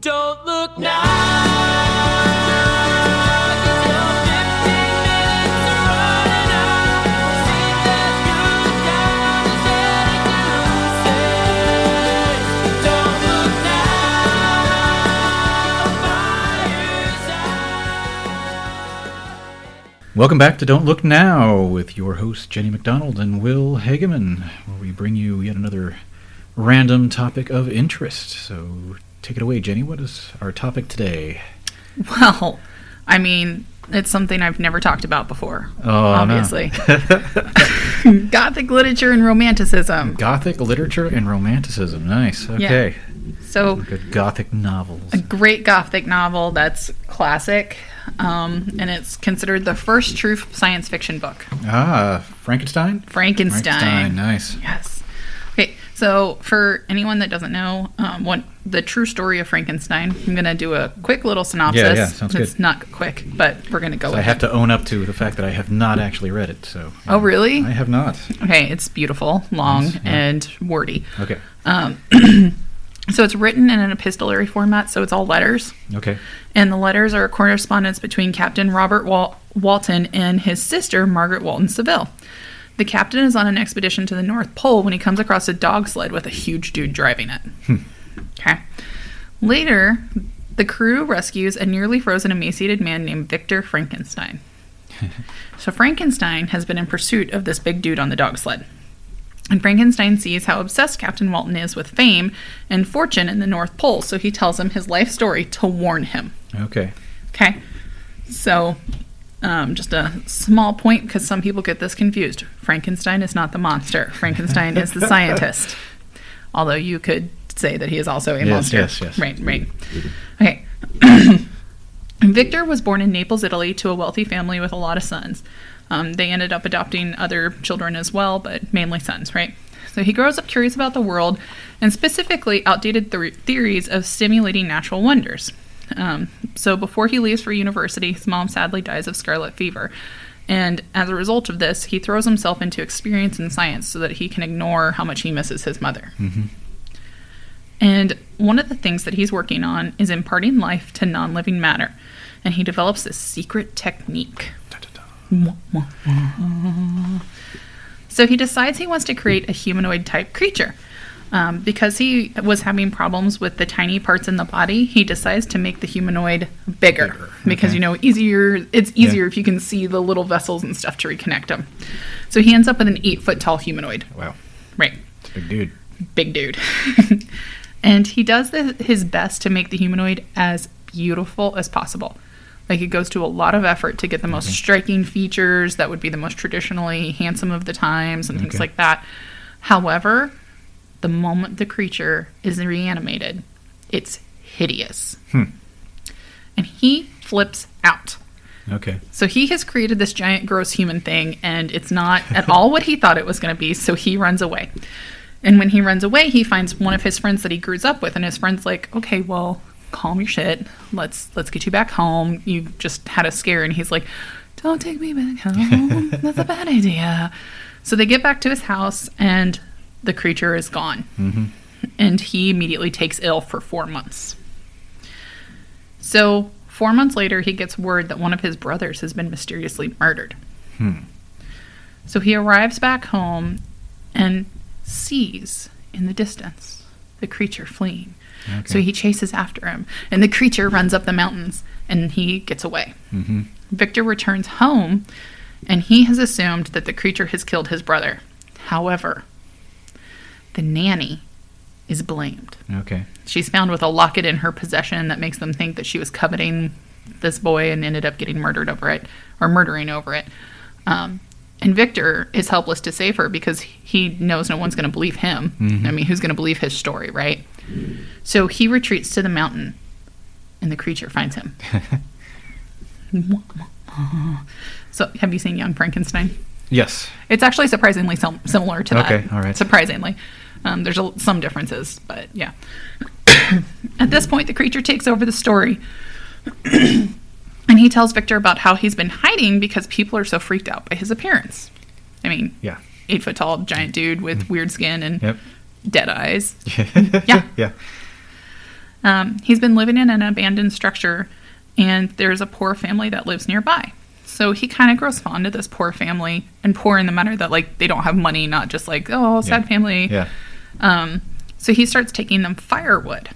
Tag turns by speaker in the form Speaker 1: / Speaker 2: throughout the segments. Speaker 1: Don't look now. Until 15 minutes are running out. Seems as good time as any to say. Don't look now. Fire's
Speaker 2: Welcome back to Don't Look Now with your hosts Jenny McDonald and Will Hageman, where we bring you yet another random topic of interest. So take it away, Jenny. What is our topic today?
Speaker 3: Well, I mean, it's something I've never talked about before.
Speaker 2: Oh,
Speaker 3: obviously. Gothic literature and romanticism.
Speaker 2: Gothic literature and romanticism. Nice. Okay.
Speaker 3: So,
Speaker 2: Good Gothic novels.
Speaker 3: a great Gothic novel that's classic, um, and it's considered the first true science fiction book,
Speaker 2: Ah, Frankenstein?
Speaker 3: Frankenstein.
Speaker 2: Nice.
Speaker 3: Yes. Okay, so for anyone that doesn't know, um, what the true story of Frankenstein, I'm going to do a quick little synopsis.
Speaker 2: Yeah, yeah, sounds
Speaker 3: it's
Speaker 2: good.
Speaker 3: not quick, but we're going to go with
Speaker 2: I have
Speaker 3: it.
Speaker 2: to own up to the fact that I have not actually read it. So
Speaker 3: Oh, really?
Speaker 2: I have not.
Speaker 3: Okay, it's beautiful, long,
Speaker 2: Nice, yeah.
Speaker 3: and wordy.
Speaker 2: Okay.
Speaker 3: So it's written in an epistolary format, so it's all letters.
Speaker 2: Okay.
Speaker 3: And the letters are a correspondence between Captain Robert Wal- Walton and his sister, Margaret Walton Seville. The captain is on an expedition to the North Pole when he comes across a dog sled with a huge dude driving it. okay. Later, the crew rescues a nearly frozen, emaciated man named Victor Frankenstein. so Frankenstein has been in pursuit of this big dude on the dog sled. And Frankenstein sees how obsessed Captain Walton is with fame and fortune in the North Pole, so he tells him his life story to warn him.
Speaker 2: Okay.
Speaker 3: Okay. So, um, just a small point because some people get this confused. Frankenstein is not the monster, Frankenstein is the scientist. Although you could say that he is also a
Speaker 2: Yes,
Speaker 3: monster.
Speaker 2: yes, yes.
Speaker 3: Right, right. Okay. Victor was born in Naples, Italy, to a wealthy family with a lot of sons. Um, they ended up adopting other children as well, but mainly sons, right? So he grows up curious about the world and specifically outdated th- theories of stimulating natural wonders. Um, so before he leaves for university, his mom sadly dies of scarlet fever. And as a result of this, he throws himself into experience in science so that he can ignore how much he misses his mother. And one of the things that he's working on is imparting life to non living matter. And he develops this secret technique. Mwah, mwah, mwah. So he decides he wants to create a humanoid type creature. Um, because he was having problems with the tiny parts in the body, he decides to make the humanoid bigger.
Speaker 2: Bigger,
Speaker 3: Because,
Speaker 2: okay.
Speaker 3: you know, easier it's easier if you can see the little vessels and stuff to reconnect them. So he ends up with an eight foot tall humanoid.
Speaker 2: Wow.
Speaker 3: Right
Speaker 2: It's a big dude.
Speaker 3: big dude. and he does the, his best to make the humanoid as beautiful as possible. Like it goes to a lot of effort to get the most striking features that would be the most traditionally handsome of the times and things
Speaker 2: Okay.
Speaker 3: like that. However, the moment the creature is reanimated, it's hideous. And he flips out.
Speaker 2: Okay.
Speaker 3: So he has created this giant, gross human thing, and it's not at all what he thought it was going to be. So he runs away. And when he runs away, he finds one of his friends that he grows up with, and his friend's like, "Okay, well, calm your shit. Let's let's get you back home. You just had a scare." And he's like, "Don't take me back home. That's a bad idea." So they get back to his house, and the creature is gone. And he immediately takes ill for four months. So, four months later, he gets word that one of his brothers has been mysteriously murdered. So, he arrives back home and sees in the distance the creature fleeing. So, he chases after him, and the creature runs up the mountains and he gets away. Victor returns home, and he has assumed that the creature has killed his brother. However, the nanny is blamed.
Speaker 2: Okay.
Speaker 3: She's found with a locket in her possession that makes them think that she was coveting this boy and ended up getting murdered over it or murdering over it. Um, and Victor is helpless to save her because he knows no one's going to believe him. I mean, who's going to believe his story, right? So he retreats to the mountain and the creature finds him. so, have you seen Young Frankenstein?
Speaker 2: Yes.
Speaker 3: It's actually surprisingly sim- similar to that.
Speaker 2: Okay, all right.
Speaker 3: Surprisingly, um, there's a, some differences, but yeah. At this point, the creature takes over the story, and he tells Victor about how he's been hiding because people are so freaked out by his appearance. I mean,
Speaker 2: Yeah. Mm-hmm.
Speaker 3: eight foot tall giant dude with weird skin and
Speaker 2: Yep.
Speaker 3: dead eyes.
Speaker 2: yeah.
Speaker 3: Yeah.
Speaker 2: Yeah.
Speaker 3: Um, he's been living in an abandoned structure, and there's a poor family that lives nearby. So he kind of grows fond of this poor family, and poor in the matter that like they don't have money, not just like oh sad
Speaker 2: Yeah.
Speaker 3: family.
Speaker 2: Yeah.
Speaker 3: Um, so he starts taking them firewood,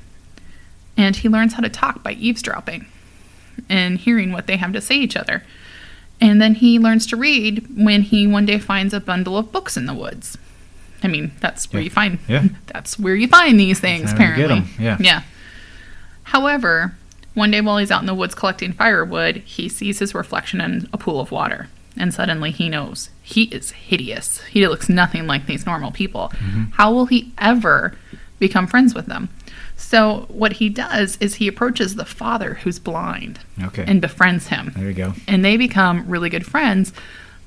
Speaker 3: and he learns how to talk by eavesdropping and hearing what they have to say each other. And then he learns to read when he one day finds a bundle of books in the woods. I mean, that's where
Speaker 2: Yeah.
Speaker 3: you find
Speaker 2: Yeah.
Speaker 3: that's where you find these
Speaker 2: how
Speaker 3: things.
Speaker 2: you get
Speaker 3: Apparently,
Speaker 2: 'em, yeah.
Speaker 3: yeah. However, one day while he's out in the woods collecting firewood, he sees his reflection in a pool of water. And suddenly he knows he is hideous. He looks nothing like these normal people.
Speaker 2: Mm-hmm.
Speaker 3: How will he ever become friends with them? So, what he does is he approaches the father who's blind
Speaker 2: Okay.
Speaker 3: and befriends him.
Speaker 2: there you go.
Speaker 3: And they become really good friends.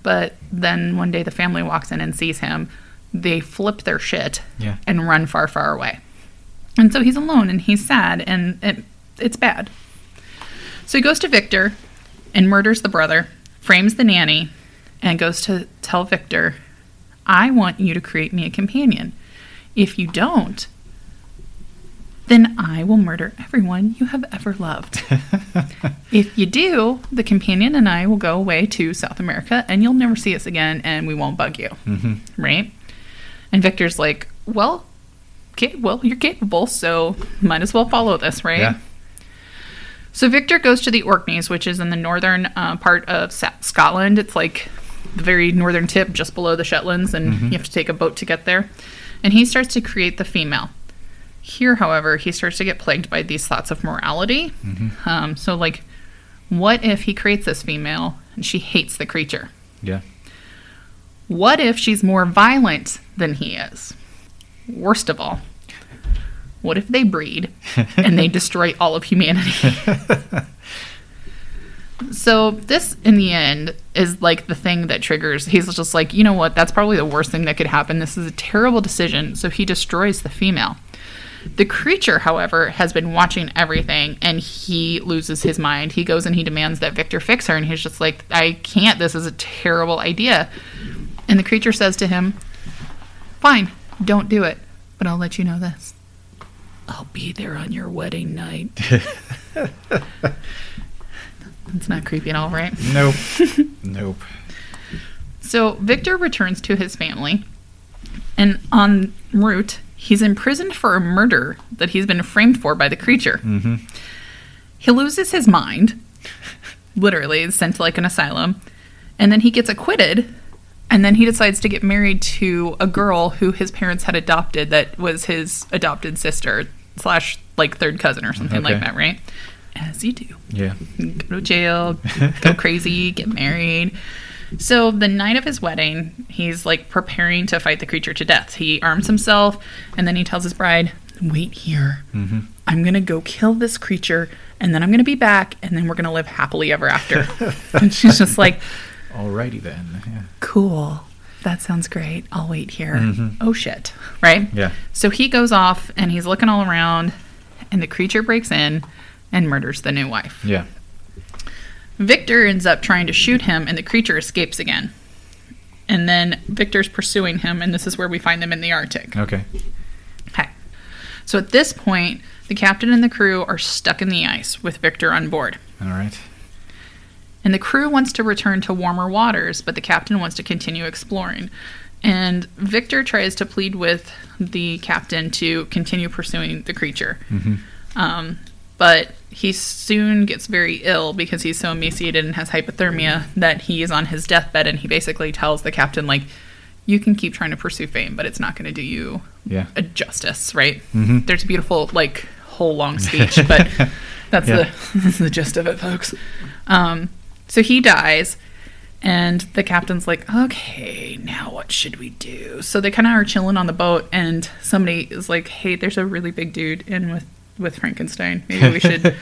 Speaker 3: But then one day the family walks in and sees him. They flip their shit
Speaker 2: Yeah.
Speaker 3: and run far, far away. And so he's alone and he's sad and it, it's bad. So he goes to Victor and murders the brother, frames the nanny, and goes to tell Victor, I want you to create me a companion. If you don't, then I will murder everyone you have ever loved. if you do, the companion and I will go away to South America and you'll never see us again and we won't bug you. Mm-hmm. Right? And Victor's like, well, okay, well, you're capable, so might as well follow this, right?
Speaker 2: Yeah.
Speaker 3: So Victor goes to the Orkneys, which is in the northern uh, part of Sa- Scotland. It's like the very northern tip, just below the Shetlands, and you have to take a boat to get there. And he starts to create the female. Here, however, he starts to get plagued by these thoughts of morality. Um, so, like, what if he creates this female and she hates the creature?
Speaker 2: Yeah.
Speaker 3: What if she's more violent than he is? Worst of all, what if they breed and they destroy all of humanity? so, this in the end is like the thing that triggers. He's just like, you know what? That's probably the worst thing that could happen. This is a terrible decision. So, he destroys the female. The creature, however, has been watching everything and he loses his mind. He goes and he demands that Victor fix her, and he's just like, I can't. This is a terrible idea. And the creature says to him, Fine, don't do it, but I'll let you know this. I'll be there on your wedding night. That's not creepy at all, right?
Speaker 2: Nope. nope.
Speaker 3: So Victor returns to his family, and en route, he's imprisoned for a murder that he's been framed for by the creature. Mm-hmm. He loses his mind, literally, is sent to like an asylum, and then he gets acquitted. And then he decides to get married to a girl who his parents had adopted, that was his adopted sister slash like third cousin or something like
Speaker 2: Okay.
Speaker 3: that, right? As you do
Speaker 2: Yeah.
Speaker 3: go to jail, go crazy, get married. So the night of his wedding, he's like preparing to fight the creature to death. He arms himself and then he tells his bride, "Wait here. I'm going to go kill this creature and then I'm going to be back and then we're going to live happily ever after." and she's just like,
Speaker 2: Alrighty then. Yeah.
Speaker 3: cool. That sounds great. I'll wait here. Oh shit. Right?
Speaker 2: Yeah.
Speaker 3: So he goes off and he's looking all around and the creature breaks in and murders the new wife.
Speaker 2: Yeah.
Speaker 3: Victor ends up trying to shoot him, and the creature escapes again. And then Victor's pursuing him, and this is where we find them in the Arctic.
Speaker 2: Okay.
Speaker 3: Okay. So at this point, the captain and the crew are stuck in the ice with Victor on board.
Speaker 2: All right.
Speaker 3: And the crew wants to return to warmer waters, but the captain wants to continue exploring. And Victor tries to plead with the captain to continue pursuing the creature. Um, but he soon gets very ill because he's so emaciated and has hypothermia that he is on his deathbed. And he basically tells the captain, like, you can keep trying to pursue fame, but it's not going to do you
Speaker 2: Yeah.
Speaker 3: a justice, right? There's a beautiful, like, whole long speech, but that's
Speaker 2: Yeah.
Speaker 3: the that's the gist of it, folks. Um, so he dies, and the captain's like, "Okay, now what should we do?" So they kind of are chilling on the boat, and somebody is like, "Hey, there's a really big dude in with with Frankenstein. Maybe we should."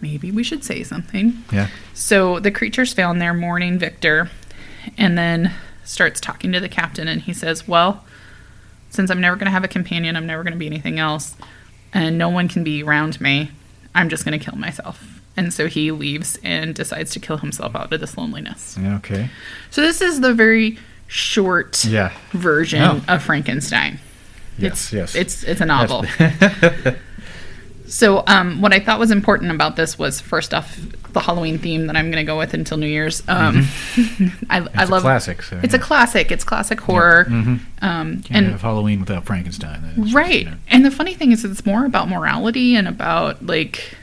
Speaker 3: Maybe we should say something.
Speaker 2: Yeah.
Speaker 3: So the creature's found there mourning Victor and then starts talking to the captain. And he says, Well, since I'm never going to have a companion, I'm never going to be anything else, and no one can be around me, I'm just going to kill myself. And so he leaves and decides to kill himself out of this loneliness.
Speaker 2: Yeah. Okay.
Speaker 3: So this is the very short
Speaker 2: Yeah.
Speaker 3: version
Speaker 2: Yeah.
Speaker 3: of Frankenstein.
Speaker 2: Yes. yes.
Speaker 3: It's it's a novel. So, um, what I thought was important about this was first off the Halloween theme that I'm going to go with until New Year's. Um, I, I
Speaker 2: Mm-hmm. It's a
Speaker 3: love
Speaker 2: classic, so,
Speaker 3: it's a
Speaker 2: yeah. Mm-hmm.
Speaker 3: classic. It's classic horror. Um,
Speaker 2: Can't
Speaker 3: and
Speaker 2: have Halloween without Frankenstein. That's just, you
Speaker 3: right,
Speaker 2: know,
Speaker 3: and the funny thing is, it's more about morality and about like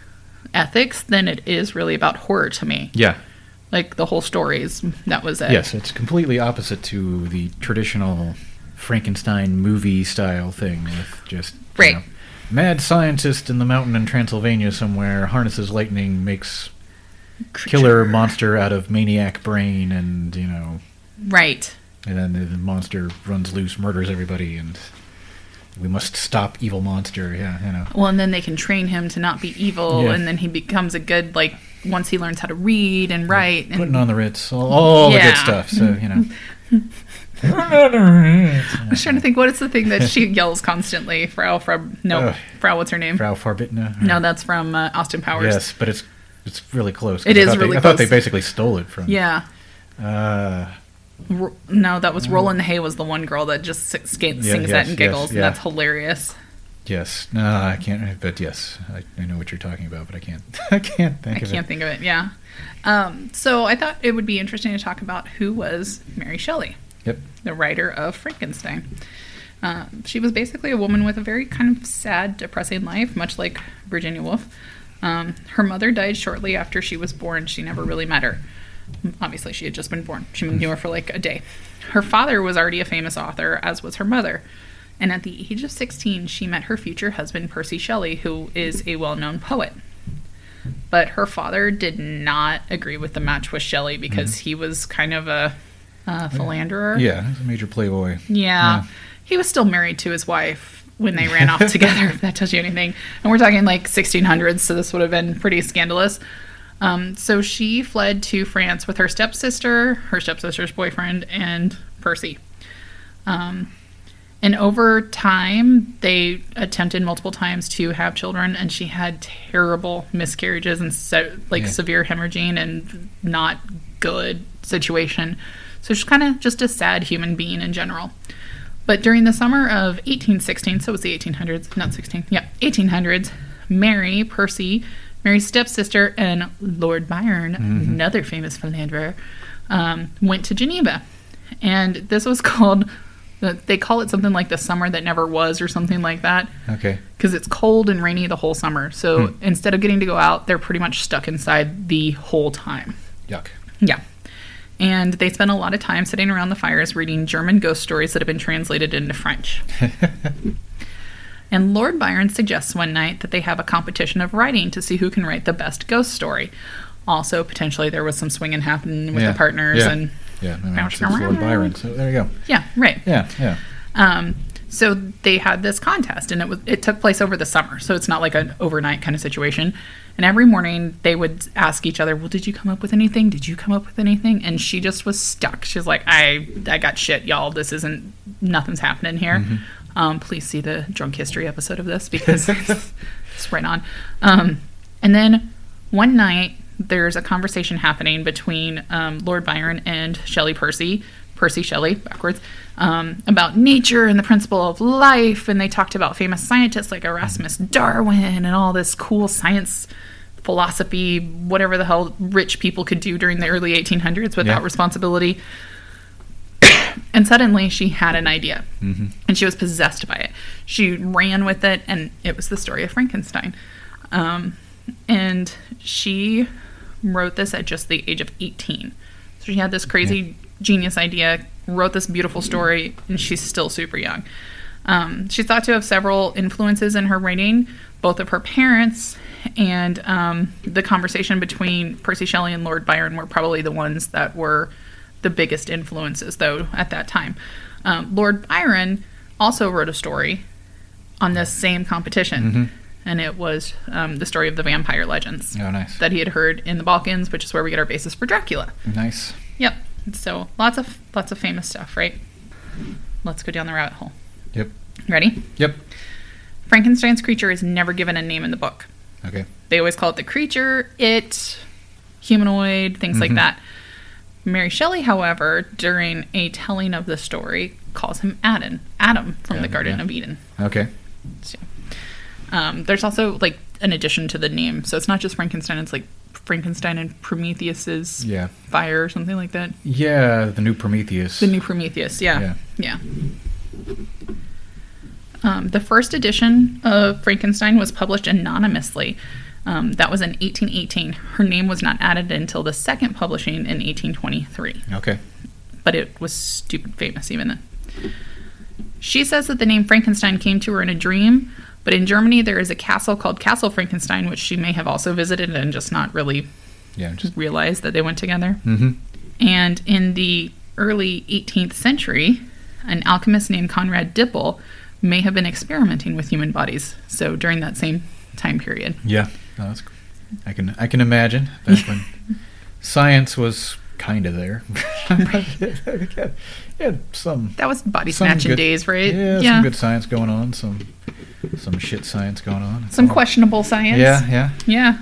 Speaker 3: ethics than it is really about horror to me.
Speaker 2: Yeah.
Speaker 3: Like the whole stories, that was it.
Speaker 2: Yes, it's completely opposite to the traditional Frankenstein movie style thing with just you
Speaker 3: Right.
Speaker 2: know, mad scientist in the mountain in Transylvania somewhere harnesses lightning, makes killer monster out of maniac brain, and you know,
Speaker 3: Right.
Speaker 2: and then the monster runs loose, murders everybody, and we must stop evil monster. Yeah, you know.
Speaker 3: Well, and then they can train him to not be evil,
Speaker 2: Yeah.
Speaker 3: and then he becomes a good like once he learns how to read and write and
Speaker 2: Putting on the Ritz, all, all the good
Speaker 3: Yeah.
Speaker 2: stuff. So you know,
Speaker 3: I was trying to think what is the thing that she yells constantly. Frau, Frau, no,
Speaker 2: Ugh.
Speaker 3: Frau, what's her name?
Speaker 2: Frau Farbitna.
Speaker 3: No, that's from uh, Austin Powers.
Speaker 2: Yes, but it's it's really close. 'cause
Speaker 3: It
Speaker 2: I
Speaker 3: is
Speaker 2: thought they-
Speaker 3: really
Speaker 2: I thought they
Speaker 3: close.
Speaker 2: basically stole it from.
Speaker 3: Yeah.
Speaker 2: Uh,
Speaker 3: Ro- no, that was Roland Hay was the one girl that just si- ska- sings
Speaker 2: yes,
Speaker 3: that
Speaker 2: yes,
Speaker 3: and giggles,
Speaker 2: yeah.
Speaker 3: and that's hilarious.
Speaker 2: yes. No, I can't. But yes, I, I know what you're talking about, but I can't. I can't think
Speaker 3: I
Speaker 2: of
Speaker 3: can't
Speaker 2: it.
Speaker 3: think of it. Yeah. Um, so I thought it would be interesting to talk about who was Mary Shelley.
Speaker 2: Yep.
Speaker 3: the writer of Frankenstein. Uh, she was basically a woman with a very kind of sad, depressing life, much like Virginia Woolf. Um, her mother died shortly after she was born. She never really met her. Obviously, she had just been born. She knew her for like a day. Her father was already a famous author, as was her mother. And at the age of 16, she met her future husband, Percy Shelley, who is a well known poet. But her father did not agree with the match with Shelley because he was kind of a, uh philanderer.
Speaker 2: Yeah, he's a major playboy.
Speaker 3: Yeah.
Speaker 2: Yeah.
Speaker 3: He was still married to his wife when they ran off together, if that tells you anything. And we're talking like 1600s, so this would have been pretty scandalous. Um, so she fled to France with her stepsister, her stepsister's boyfriend, and Percy. Um, and over time, they attempted multiple times to have children, and she had terrible miscarriages and so, like
Speaker 2: Yeah.
Speaker 3: severe hemorrhaging and not good situation. So she's kind of just a sad human being in general. But during the summer of 1816, so it was the 1800s, not 16, yeah, 1800s, Mary Percy, Mary's stepsister, and Lord Byron, another famous philanderer, um, went to Geneva. And this was called, they call it something like the summer that never was or something like that
Speaker 2: Okay.
Speaker 3: because it's cold and rainy the whole summer. So
Speaker 2: Hmm.
Speaker 3: instead of getting to go out, they're pretty much stuck inside the whole time.
Speaker 2: Yuck.
Speaker 3: Yeah. And they spent a lot of time sitting around the fires reading German ghost stories that have been translated into French. and Lord Byron suggests one night that they have a competition of writing to see who can write the best ghost story. Also, potentially, there was some swinging happening with
Speaker 2: yeah.
Speaker 3: the partners.
Speaker 2: Yeah.
Speaker 3: And
Speaker 2: yeah, no,
Speaker 3: bouncing
Speaker 2: it's Lord
Speaker 3: around.
Speaker 2: Byron. So there you go.
Speaker 3: yeah, right.
Speaker 2: Yeah, yeah.
Speaker 3: Um, so they had this contest, and it was it took place over the summer, so it's not like an overnight kind of situation. And every morning they would ask each other, "Well, did you come up with anything? Did you come up with anything?" And she just was stuck. She's like, "I I got shit, y'all. This isn't nothing's happening here." Um, please see the drunk history episode of this because it's, it's right on. Um, and then one night there's a conversation happening between um, Lord Byron and Shelley Percy, Percy Shelley, backwards, um, about nature and the principle of life. And they talked about famous scientists like Erasmus Darwin and all this cool science philosophy, whatever the hell rich people could do during the early 1800s without
Speaker 2: Yeah.
Speaker 3: responsibility. And suddenly she had an idea and she was possessed by it. She ran with it, and it was the story of Frankenstein. Um, and she wrote this at just the age of 18. So she had this crazy genius idea, wrote this beautiful story, and she's still super young. Um, she's thought to have several influences in her writing, both of her parents and um, the conversation between Percy Shelley and Lord Byron were probably the ones that were the biggest influences, though, at that time. Um, Lord Byron also wrote a story on this same competition, and it was um, the story of the vampire legends
Speaker 2: Oh, nice.
Speaker 3: that he had heard in the Balkans, which is where we get our basis for Dracula.
Speaker 2: nice.
Speaker 3: Yep. So lots of lots of famous stuff, right? Let's go down the rabbit hole.
Speaker 2: Yep.
Speaker 3: Ready?
Speaker 2: Yep.
Speaker 3: Frankenstein's creature is never given a name in the book.
Speaker 2: Okay.
Speaker 3: They always call it the creature, it, humanoid, things like that. Mary Shelley, however, during a telling of the story, calls him Adam, Adam from the
Speaker 2: Adam,
Speaker 3: Garden
Speaker 2: yeah.
Speaker 3: of Eden.
Speaker 2: Okay.
Speaker 3: So, um, there's also like an addition to the name. So it's not just Frankenstein, it's like Frankenstein and Prometheus's
Speaker 2: Yeah.
Speaker 3: fire or something like that.
Speaker 2: Yeah, the new Prometheus.
Speaker 3: The new Prometheus,
Speaker 2: Yeah.
Speaker 3: yeah. Yeah. Um, the first edition of Frankenstein was published anonymously. Um, that was in 1818. Her name was not added until the second publishing in 1823,
Speaker 2: Okay.
Speaker 3: but it was stupid famous even then. She says that the name Frankenstein came to her in a dream, but in Germany there is a castle called Castle Frankenstein, which she may have also visited and just not really
Speaker 2: Yeah. Just.
Speaker 3: realized that they went together.
Speaker 2: Mm-hmm.
Speaker 3: And in the early 18th century, an alchemist named Conrad Dippel may have been experimenting with human bodies. So during that same time period.
Speaker 2: Yeah. No, that's. cool. I can I can imagine back when science was kind of there. yeah, some
Speaker 3: That was body
Speaker 2: some
Speaker 3: snatching
Speaker 2: good-
Speaker 3: days, right?
Speaker 2: Yeah, some good science going on. Some some shit science going on. It's
Speaker 3: Some
Speaker 2: all-
Speaker 3: questionable science.
Speaker 2: Yeah, yeah.
Speaker 3: Yeah.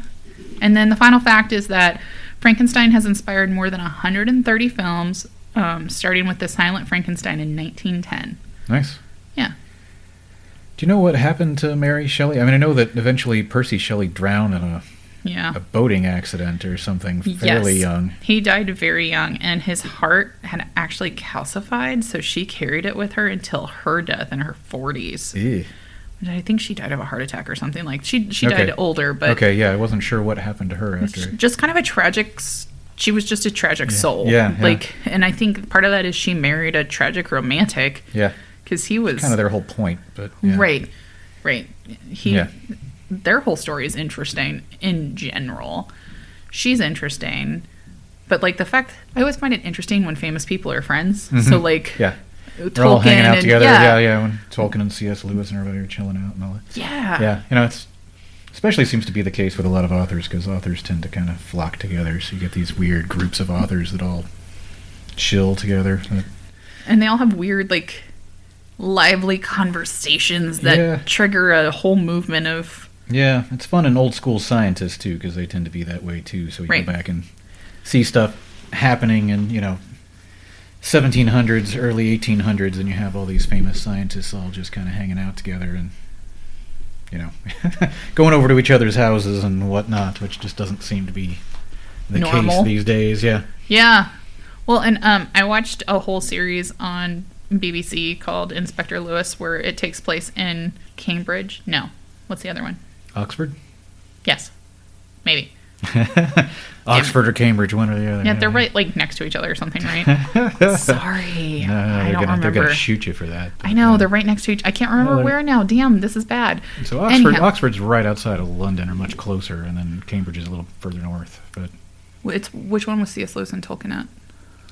Speaker 3: And then the final fact is that Frankenstein has inspired more than 130 films, um, starting with The Silent Frankenstein in 1910.
Speaker 2: Nice.
Speaker 3: Yeah.
Speaker 2: Do you know what happened to Mary Shelley? I mean, I know that eventually Percy Shelley drowned in a,
Speaker 3: Yeah.
Speaker 2: a boating accident or something fairly young.
Speaker 3: He died very young, and his heart had actually calcified, so she carried it with her until her death in her 40s.
Speaker 2: Ew.
Speaker 3: And I think she died of a heart attack or something. Like she she
Speaker 2: Okay.
Speaker 3: died older, but
Speaker 2: Okay, yeah, I wasn't sure what happened to her
Speaker 3: it's
Speaker 2: after.
Speaker 3: just kind of a tragic. s- She was just a tragic soul.
Speaker 2: Yeah, yeah.
Speaker 3: Like, and I think part of that is she married a tragic romantic
Speaker 2: Yeah,
Speaker 3: because he was
Speaker 2: kind of their whole point, but yeah.
Speaker 3: right, right. He
Speaker 2: Yeah.
Speaker 3: their whole story is interesting in general. She's interesting, but like the fact I always find it interesting when famous people are friends. So like
Speaker 2: Mm-hmm. Yeah,
Speaker 3: Tolkien
Speaker 2: they're all hanging out
Speaker 3: and-
Speaker 2: together. Yeah. yeah,
Speaker 3: yeah,
Speaker 2: When Tolkien and C.S. Lewis and everybody are chilling out and all that.
Speaker 3: yeah.
Speaker 2: Yeah, you know, it's especially seems to be the case with a lot of authors because authors tend to kind of flock together. So you get these weird groups of authors that all chill together.
Speaker 3: And they all have weird like lively conversations that
Speaker 2: Yeah.
Speaker 3: trigger a whole movement of
Speaker 2: Yeah, it's fun in old school scientists too, because they tend to be that way too. So you
Speaker 3: Right.
Speaker 2: go back and see stuff happening in you know 1700s, early 1800s, and you have all these famous scientists all just kind of hanging out together and you know going over to each other's houses and whatnot, which just doesn't seem to be the
Speaker 3: Normal.
Speaker 2: case these days. Yeah.
Speaker 3: Yeah. Well, and um, I watched a whole series on BBC called Inspector Lewis, where it takes place in Cambridge. No, what's the other one?
Speaker 2: Oxford?
Speaker 3: Yes, maybe.
Speaker 2: Oxford or Cambridge, one or the other.
Speaker 3: Yeah, they're right, like next to each other or something, right? Sorry,
Speaker 2: No,
Speaker 3: I
Speaker 2: they're gonna,
Speaker 3: don't
Speaker 2: they're
Speaker 3: remember.
Speaker 2: gonna shoot you for that.
Speaker 3: I know they're right next to each. I can't remember
Speaker 2: they're-
Speaker 3: where now. Damn, this is bad.
Speaker 2: So Oxford,
Speaker 3: Anyhow.
Speaker 2: Oxford's right outside of London, or much closer, and then Cambridge is a little further north. But
Speaker 3: It's which one was C.S. Lewis and Tolkien at?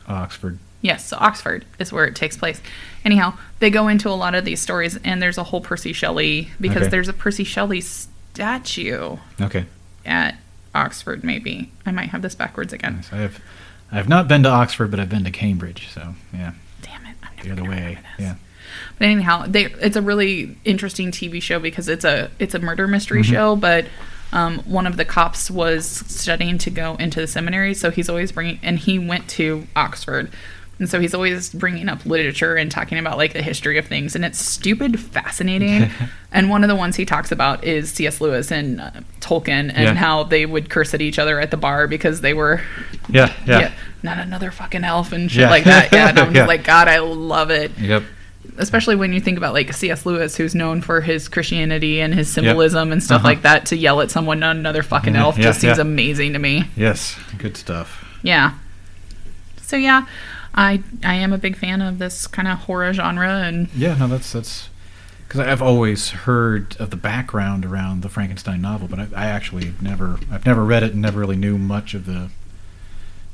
Speaker 2: Oxford,
Speaker 3: Yes, so Oxford is where it takes place. Anyhow, they go into a lot of these stories, and there's a whole Percy Shelley because
Speaker 2: Okay.
Speaker 3: there's a Percy Shelley statue
Speaker 2: okay,
Speaker 3: at Oxford. Maybe I might have this backwards again.
Speaker 2: nice. I have, I have not been to Oxford, but I've been to Cambridge. So yeah,
Speaker 3: Damn it! I'm never
Speaker 2: the other
Speaker 3: gonna
Speaker 2: way.
Speaker 3: remember this.
Speaker 2: Yeah,
Speaker 3: But anyhow, they, it's a really interesting TV show because it's a it's a murder mystery
Speaker 2: Mm-hmm.
Speaker 3: show, but um, one of the cops was studying to go into the seminary, so he's always bringing and he went to Oxford. And so he's always bringing up literature and talking about like the history of things, and it's stupid, fascinating. and one of the ones he talks about is C.S. Lewis and uh, Tolkien, and
Speaker 2: Yeah.
Speaker 3: how they would curse at each other at the bar because they were
Speaker 2: yeah,
Speaker 3: yeah.
Speaker 2: yeah.
Speaker 3: not another fucking elf and shit
Speaker 2: Yeah.
Speaker 3: like that. Yeah, and I'm
Speaker 2: Yeah.
Speaker 3: just like, God, I love it
Speaker 2: Yep.
Speaker 3: especially when you think about like C.S. Lewis, who's known for his Christianity and his symbolism and stuff like that, to yell at someone, not another fucking
Speaker 2: Yeah,
Speaker 3: elf,
Speaker 2: Uh-huh. Mm-hmm. yeah,
Speaker 3: just seems
Speaker 2: yeah.
Speaker 3: amazing to me.
Speaker 2: Yes. Good stuff.
Speaker 3: Yeah. So yeah, I I am a big fan of this kind of horror genre, and
Speaker 2: Yeah. No, that's that's because I've always heard of the background around the Frankenstein novel, but I, I actually never, I've never read it and never really knew much of the.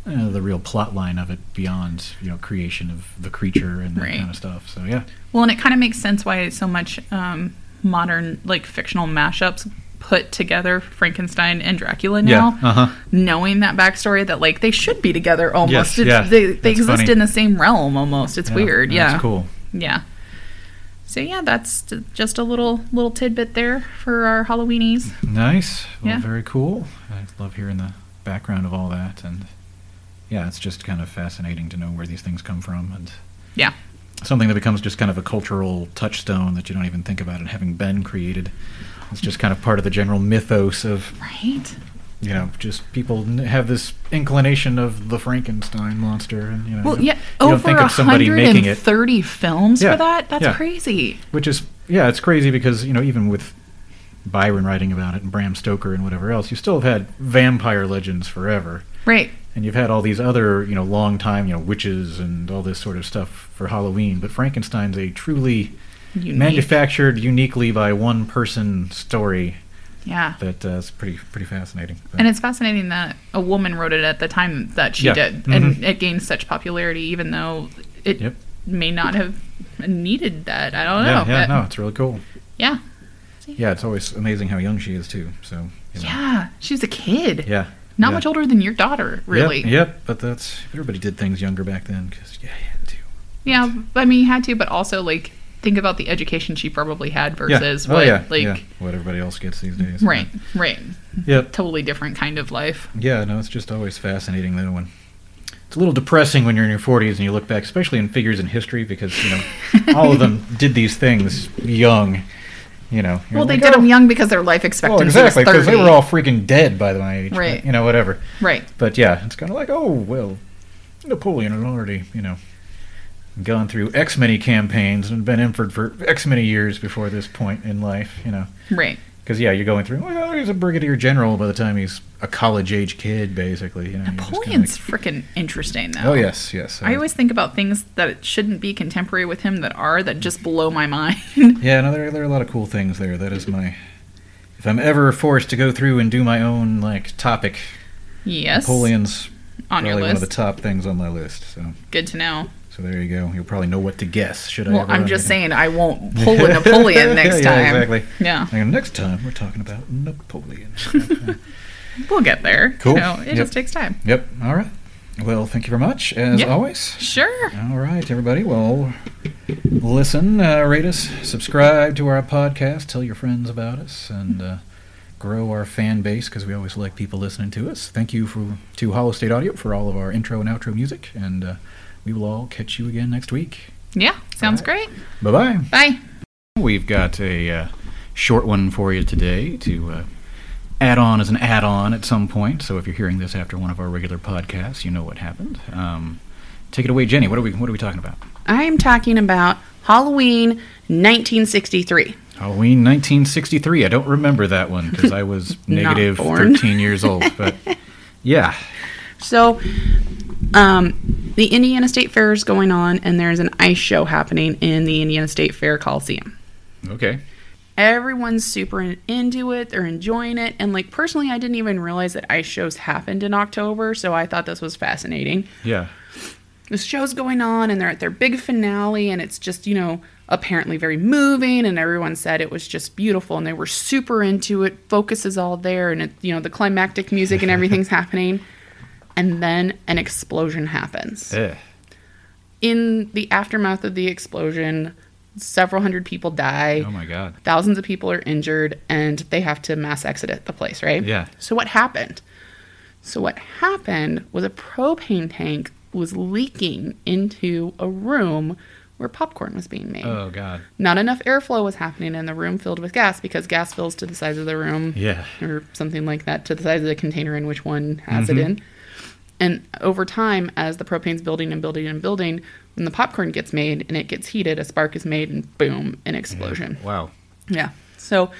Speaker 2: Uh, the real plot line of it beyond you know creation of the creature and that
Speaker 3: Right.
Speaker 2: kind of stuff so yeah
Speaker 3: well, and it kind of makes sense why so much um, modern like fictional mashups put together Frankenstein and Dracula now.
Speaker 2: yeah uh-huh
Speaker 3: Knowing that backstory, that like they should be together almost.
Speaker 2: Yes,
Speaker 3: It's-
Speaker 2: yeah,
Speaker 3: They, they
Speaker 2: that's
Speaker 3: exist
Speaker 2: funny.
Speaker 3: in the same realm almost. It's weird. Yeah.
Speaker 2: That's cool.
Speaker 3: Yeah. So yeah, that's t- just a little little tidbit there for our Halloweenies.
Speaker 2: Nice. Well,
Speaker 3: Yeah.
Speaker 2: very cool. I love hearing the background of all that. And yeah, it's just kind of fascinating to know where these things come from and
Speaker 3: Yeah.
Speaker 2: something that becomes just kind of a cultural touchstone that you don't even think about it having been created. It's just kind of part of the general mythos of
Speaker 4: Right.
Speaker 2: you know, just people n- have this inclination of the Frankenstein monster, and you know,
Speaker 4: Well,
Speaker 2: you
Speaker 4: yeah.
Speaker 2: don't
Speaker 4: Over
Speaker 2: think of somebody making it,
Speaker 4: 130 films
Speaker 2: Yeah,
Speaker 4: for that. That's
Speaker 2: yeah.
Speaker 4: crazy.
Speaker 2: which is yeah, it's crazy because you know even with Byron writing about it and Bram Stoker and whatever else, you still have had vampire legends forever,
Speaker 4: Right.
Speaker 2: and you've had all these other you know long time you know witches and all this sort of stuff for Halloween, but Frankenstein's a truly
Speaker 4: Unique.
Speaker 2: manufactured uniquely by one person story
Speaker 4: yeah.
Speaker 2: that uh, is pretty pretty fascinating. But-
Speaker 4: And it's fascinating that a woman wrote it at the time that she
Speaker 2: Yeah. Mm-hmm.
Speaker 4: did, and it gained such popularity, even though it
Speaker 2: Yep.
Speaker 4: may not have needed that. I don't know.
Speaker 2: yeah, yeah,
Speaker 4: but
Speaker 2: no, it's really cool.
Speaker 4: yeah,
Speaker 2: Yeah, it's always amazing how young she is too. So you know.
Speaker 4: yeah, she was a kid,
Speaker 2: yeah,
Speaker 4: not
Speaker 2: yeah.
Speaker 4: much older than your daughter, really.
Speaker 2: Yep, yep, but that's everybody did things younger back then because yeah, you had to.
Speaker 4: Yeah, I mean, you had to, but also like think about the education she probably had versus
Speaker 2: yeah.
Speaker 4: what,
Speaker 2: oh, yeah,
Speaker 4: like,
Speaker 2: yeah. what everybody else gets these days.
Speaker 4: right, right,
Speaker 2: Yep.
Speaker 4: totally different kind of life.
Speaker 2: Yeah. No, it's just always fascinating though. When it's a little depressing when you're in your 40s and you look back, especially in figures in history, because you know all of them did these things young. You know. You're
Speaker 4: Well, they
Speaker 2: like,
Speaker 4: did
Speaker 2: "Oh,
Speaker 4: them young because their life expectancy
Speaker 2: Well, exactly,
Speaker 4: was
Speaker 2: because
Speaker 4: thirty.
Speaker 2: they were all freaking dead by my age. but,
Speaker 4: Right.
Speaker 2: You know, whatever.
Speaker 4: right,
Speaker 2: But yeah, it's kind of like, oh well, Napoleon had already, you know, gone through X many campaigns and been emperor for X many years before this point in life, you know.
Speaker 4: right,
Speaker 2: Because yeah, you're going through. Well, he's a brigadier general by the time he's a college age kid, basically. You know, you're just kinda
Speaker 4: Napoleon's freaking interesting
Speaker 2: like,
Speaker 4: though.
Speaker 2: oh yes, yes.
Speaker 4: I
Speaker 2: uh,
Speaker 4: always think about things that shouldn't be contemporary with him that are that just blow my mind.
Speaker 2: Yeah, no, there, there are a lot of cool things there. That is my. If I'm ever forced to go through and do my own like topic,
Speaker 4: yes,
Speaker 2: Napoleon's
Speaker 4: on
Speaker 2: probably
Speaker 4: your
Speaker 2: one of
Speaker 4: list.
Speaker 2: the top things on my list. So,
Speaker 4: Good to know.
Speaker 2: so there you go. You'll probably know what to guess. Should I?
Speaker 4: Well,
Speaker 2: ever
Speaker 4: I'm
Speaker 2: run
Speaker 4: just
Speaker 2: into-
Speaker 4: saying I won't pull a Napoleon next
Speaker 2: Yeah,
Speaker 4: time.
Speaker 2: exactly.
Speaker 4: Yeah,
Speaker 2: And next time we're talking about Napoleon.
Speaker 4: we'll get there.
Speaker 2: Cool.
Speaker 4: You know, it
Speaker 2: Yep.
Speaker 4: just takes time.
Speaker 2: yep. All right. Well, thank you very much as
Speaker 4: Yeah.
Speaker 2: always.
Speaker 4: Sure.
Speaker 2: All right, everybody. Well, listen, uh, rate us, subscribe to our podcast, tell your friends about us, and uh, grow our fan base because we always like people listening to us. Thank you for to Hollow State Audio for all of our intro and outro music, and uh, we will all catch you again next week.
Speaker 4: Yeah, sounds
Speaker 2: All
Speaker 4: great.
Speaker 2: Bye bye.
Speaker 4: Bye.
Speaker 2: We've got a uh, short one for you today to uh, add on as an add on at some point. So if you're hearing this after one of our regular podcasts, you know what happened. Um, take it away, Jenny. What are we What are we talking about?
Speaker 3: I'm talking about Halloween 1963.
Speaker 2: Halloween 1963. I don't remember that one because I was
Speaker 3: Not
Speaker 2: negative
Speaker 3: born.
Speaker 2: 13 years old. But yeah,
Speaker 3: So, um, the Indiana State Fair is going on, and there's an ice show happening in the Indiana State Fair Coliseum.
Speaker 2: okay.
Speaker 3: Everyone's super in- into it, they're enjoying it. And, like, personally, I didn't even realize that ice shows happened in October, so I thought this was fascinating.
Speaker 2: Yeah,
Speaker 3: this show's going on and they're at their big finale and it's just you know apparently very moving and everyone said it was just beautiful and they were super into it focus is all there and it, you know the climactic music and everything's happening and then an explosion happens
Speaker 2: Eh.
Speaker 3: in the aftermath of the explosion several hundred people die
Speaker 2: Oh my God.
Speaker 3: thousands of people are injured and they have to mass exit the place right
Speaker 2: Yeah.
Speaker 3: so what happened so what happened was a propane tank was leaking into a room where popcorn was being made
Speaker 2: Oh God.
Speaker 3: not enough airflow was happening in the room filled with gas because gas fills to the size of the room
Speaker 2: Yeah.
Speaker 3: or something like that to the size of the container in which one has
Speaker 2: Mm-hmm.
Speaker 3: it in. And over time, as the propane's building and building and building, when the popcorn gets made and it gets heated, a spark is made and boom, an explosion.
Speaker 2: Wow.
Speaker 3: Yeah. So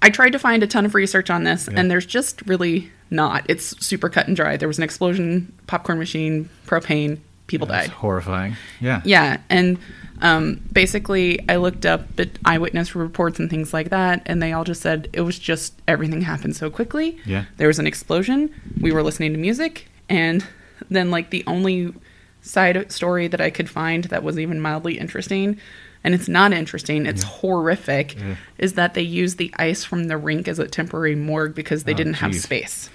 Speaker 3: I tried to find a ton of research on this, and there's just really not. It's super cut and dry. There was an explosion, popcorn machine, propane, people
Speaker 2: That's
Speaker 3: died.
Speaker 2: horrifying. Yeah.
Speaker 3: Yeah, and um, basically, I looked up the eyewitness reports and things like that, and they all just said it was just everything happened so quickly.
Speaker 2: Yeah.
Speaker 3: there was an explosion. We were listening to music, and then like the only side story that I could find that was even mildly interesting, and it's not interesting. It's horrific. Is that they used the ice from the rink as a temporary morgue because they
Speaker 2: Oh,
Speaker 3: didn't have
Speaker 2: geez.
Speaker 3: space.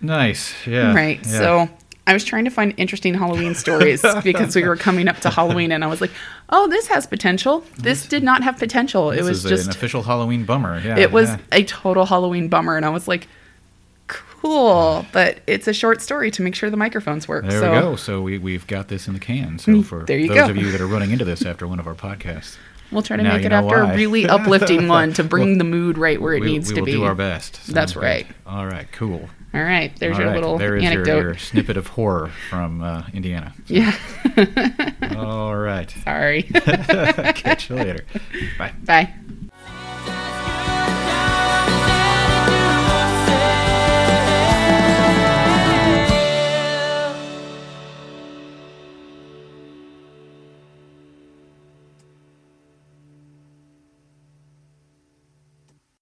Speaker 2: Nice. Yeah.
Speaker 3: Right.
Speaker 2: Yeah.
Speaker 3: So I was trying to find interesting Halloween stories because we were coming up to Halloween and I was like, oh, this has potential. This did not have potential. It
Speaker 2: This
Speaker 3: was
Speaker 2: is an
Speaker 3: just,
Speaker 2: official Halloween bummer. Yeah.
Speaker 3: it was
Speaker 2: yeah.
Speaker 3: a total Halloween bummer. And I was like, cool, but it's a short story to make sure the microphones work.
Speaker 2: There
Speaker 3: so Mm,
Speaker 2: we go. So we, we've got this in the can. So for
Speaker 3: there you
Speaker 2: those
Speaker 3: go.
Speaker 2: of you that are running into this after one of our podcasts,
Speaker 3: we'll try to
Speaker 2: Now
Speaker 3: make
Speaker 2: you
Speaker 3: it
Speaker 2: know
Speaker 3: after
Speaker 2: why.
Speaker 3: a really uplifting one to bring the mood right where it
Speaker 2: we,
Speaker 3: needs
Speaker 2: we
Speaker 3: to
Speaker 2: will
Speaker 3: be.
Speaker 2: do our best. Sounds
Speaker 3: That's
Speaker 2: good.
Speaker 3: right.
Speaker 2: All right, cool.
Speaker 3: All right, there's
Speaker 2: All
Speaker 3: your
Speaker 2: right,
Speaker 3: little
Speaker 2: there is your-
Speaker 3: anecdote.
Speaker 2: Your, snippet of horror from uh, Indiana.
Speaker 3: Yeah,
Speaker 2: All right.
Speaker 3: sorry.
Speaker 2: Catch you later. Bye.
Speaker 3: Bye.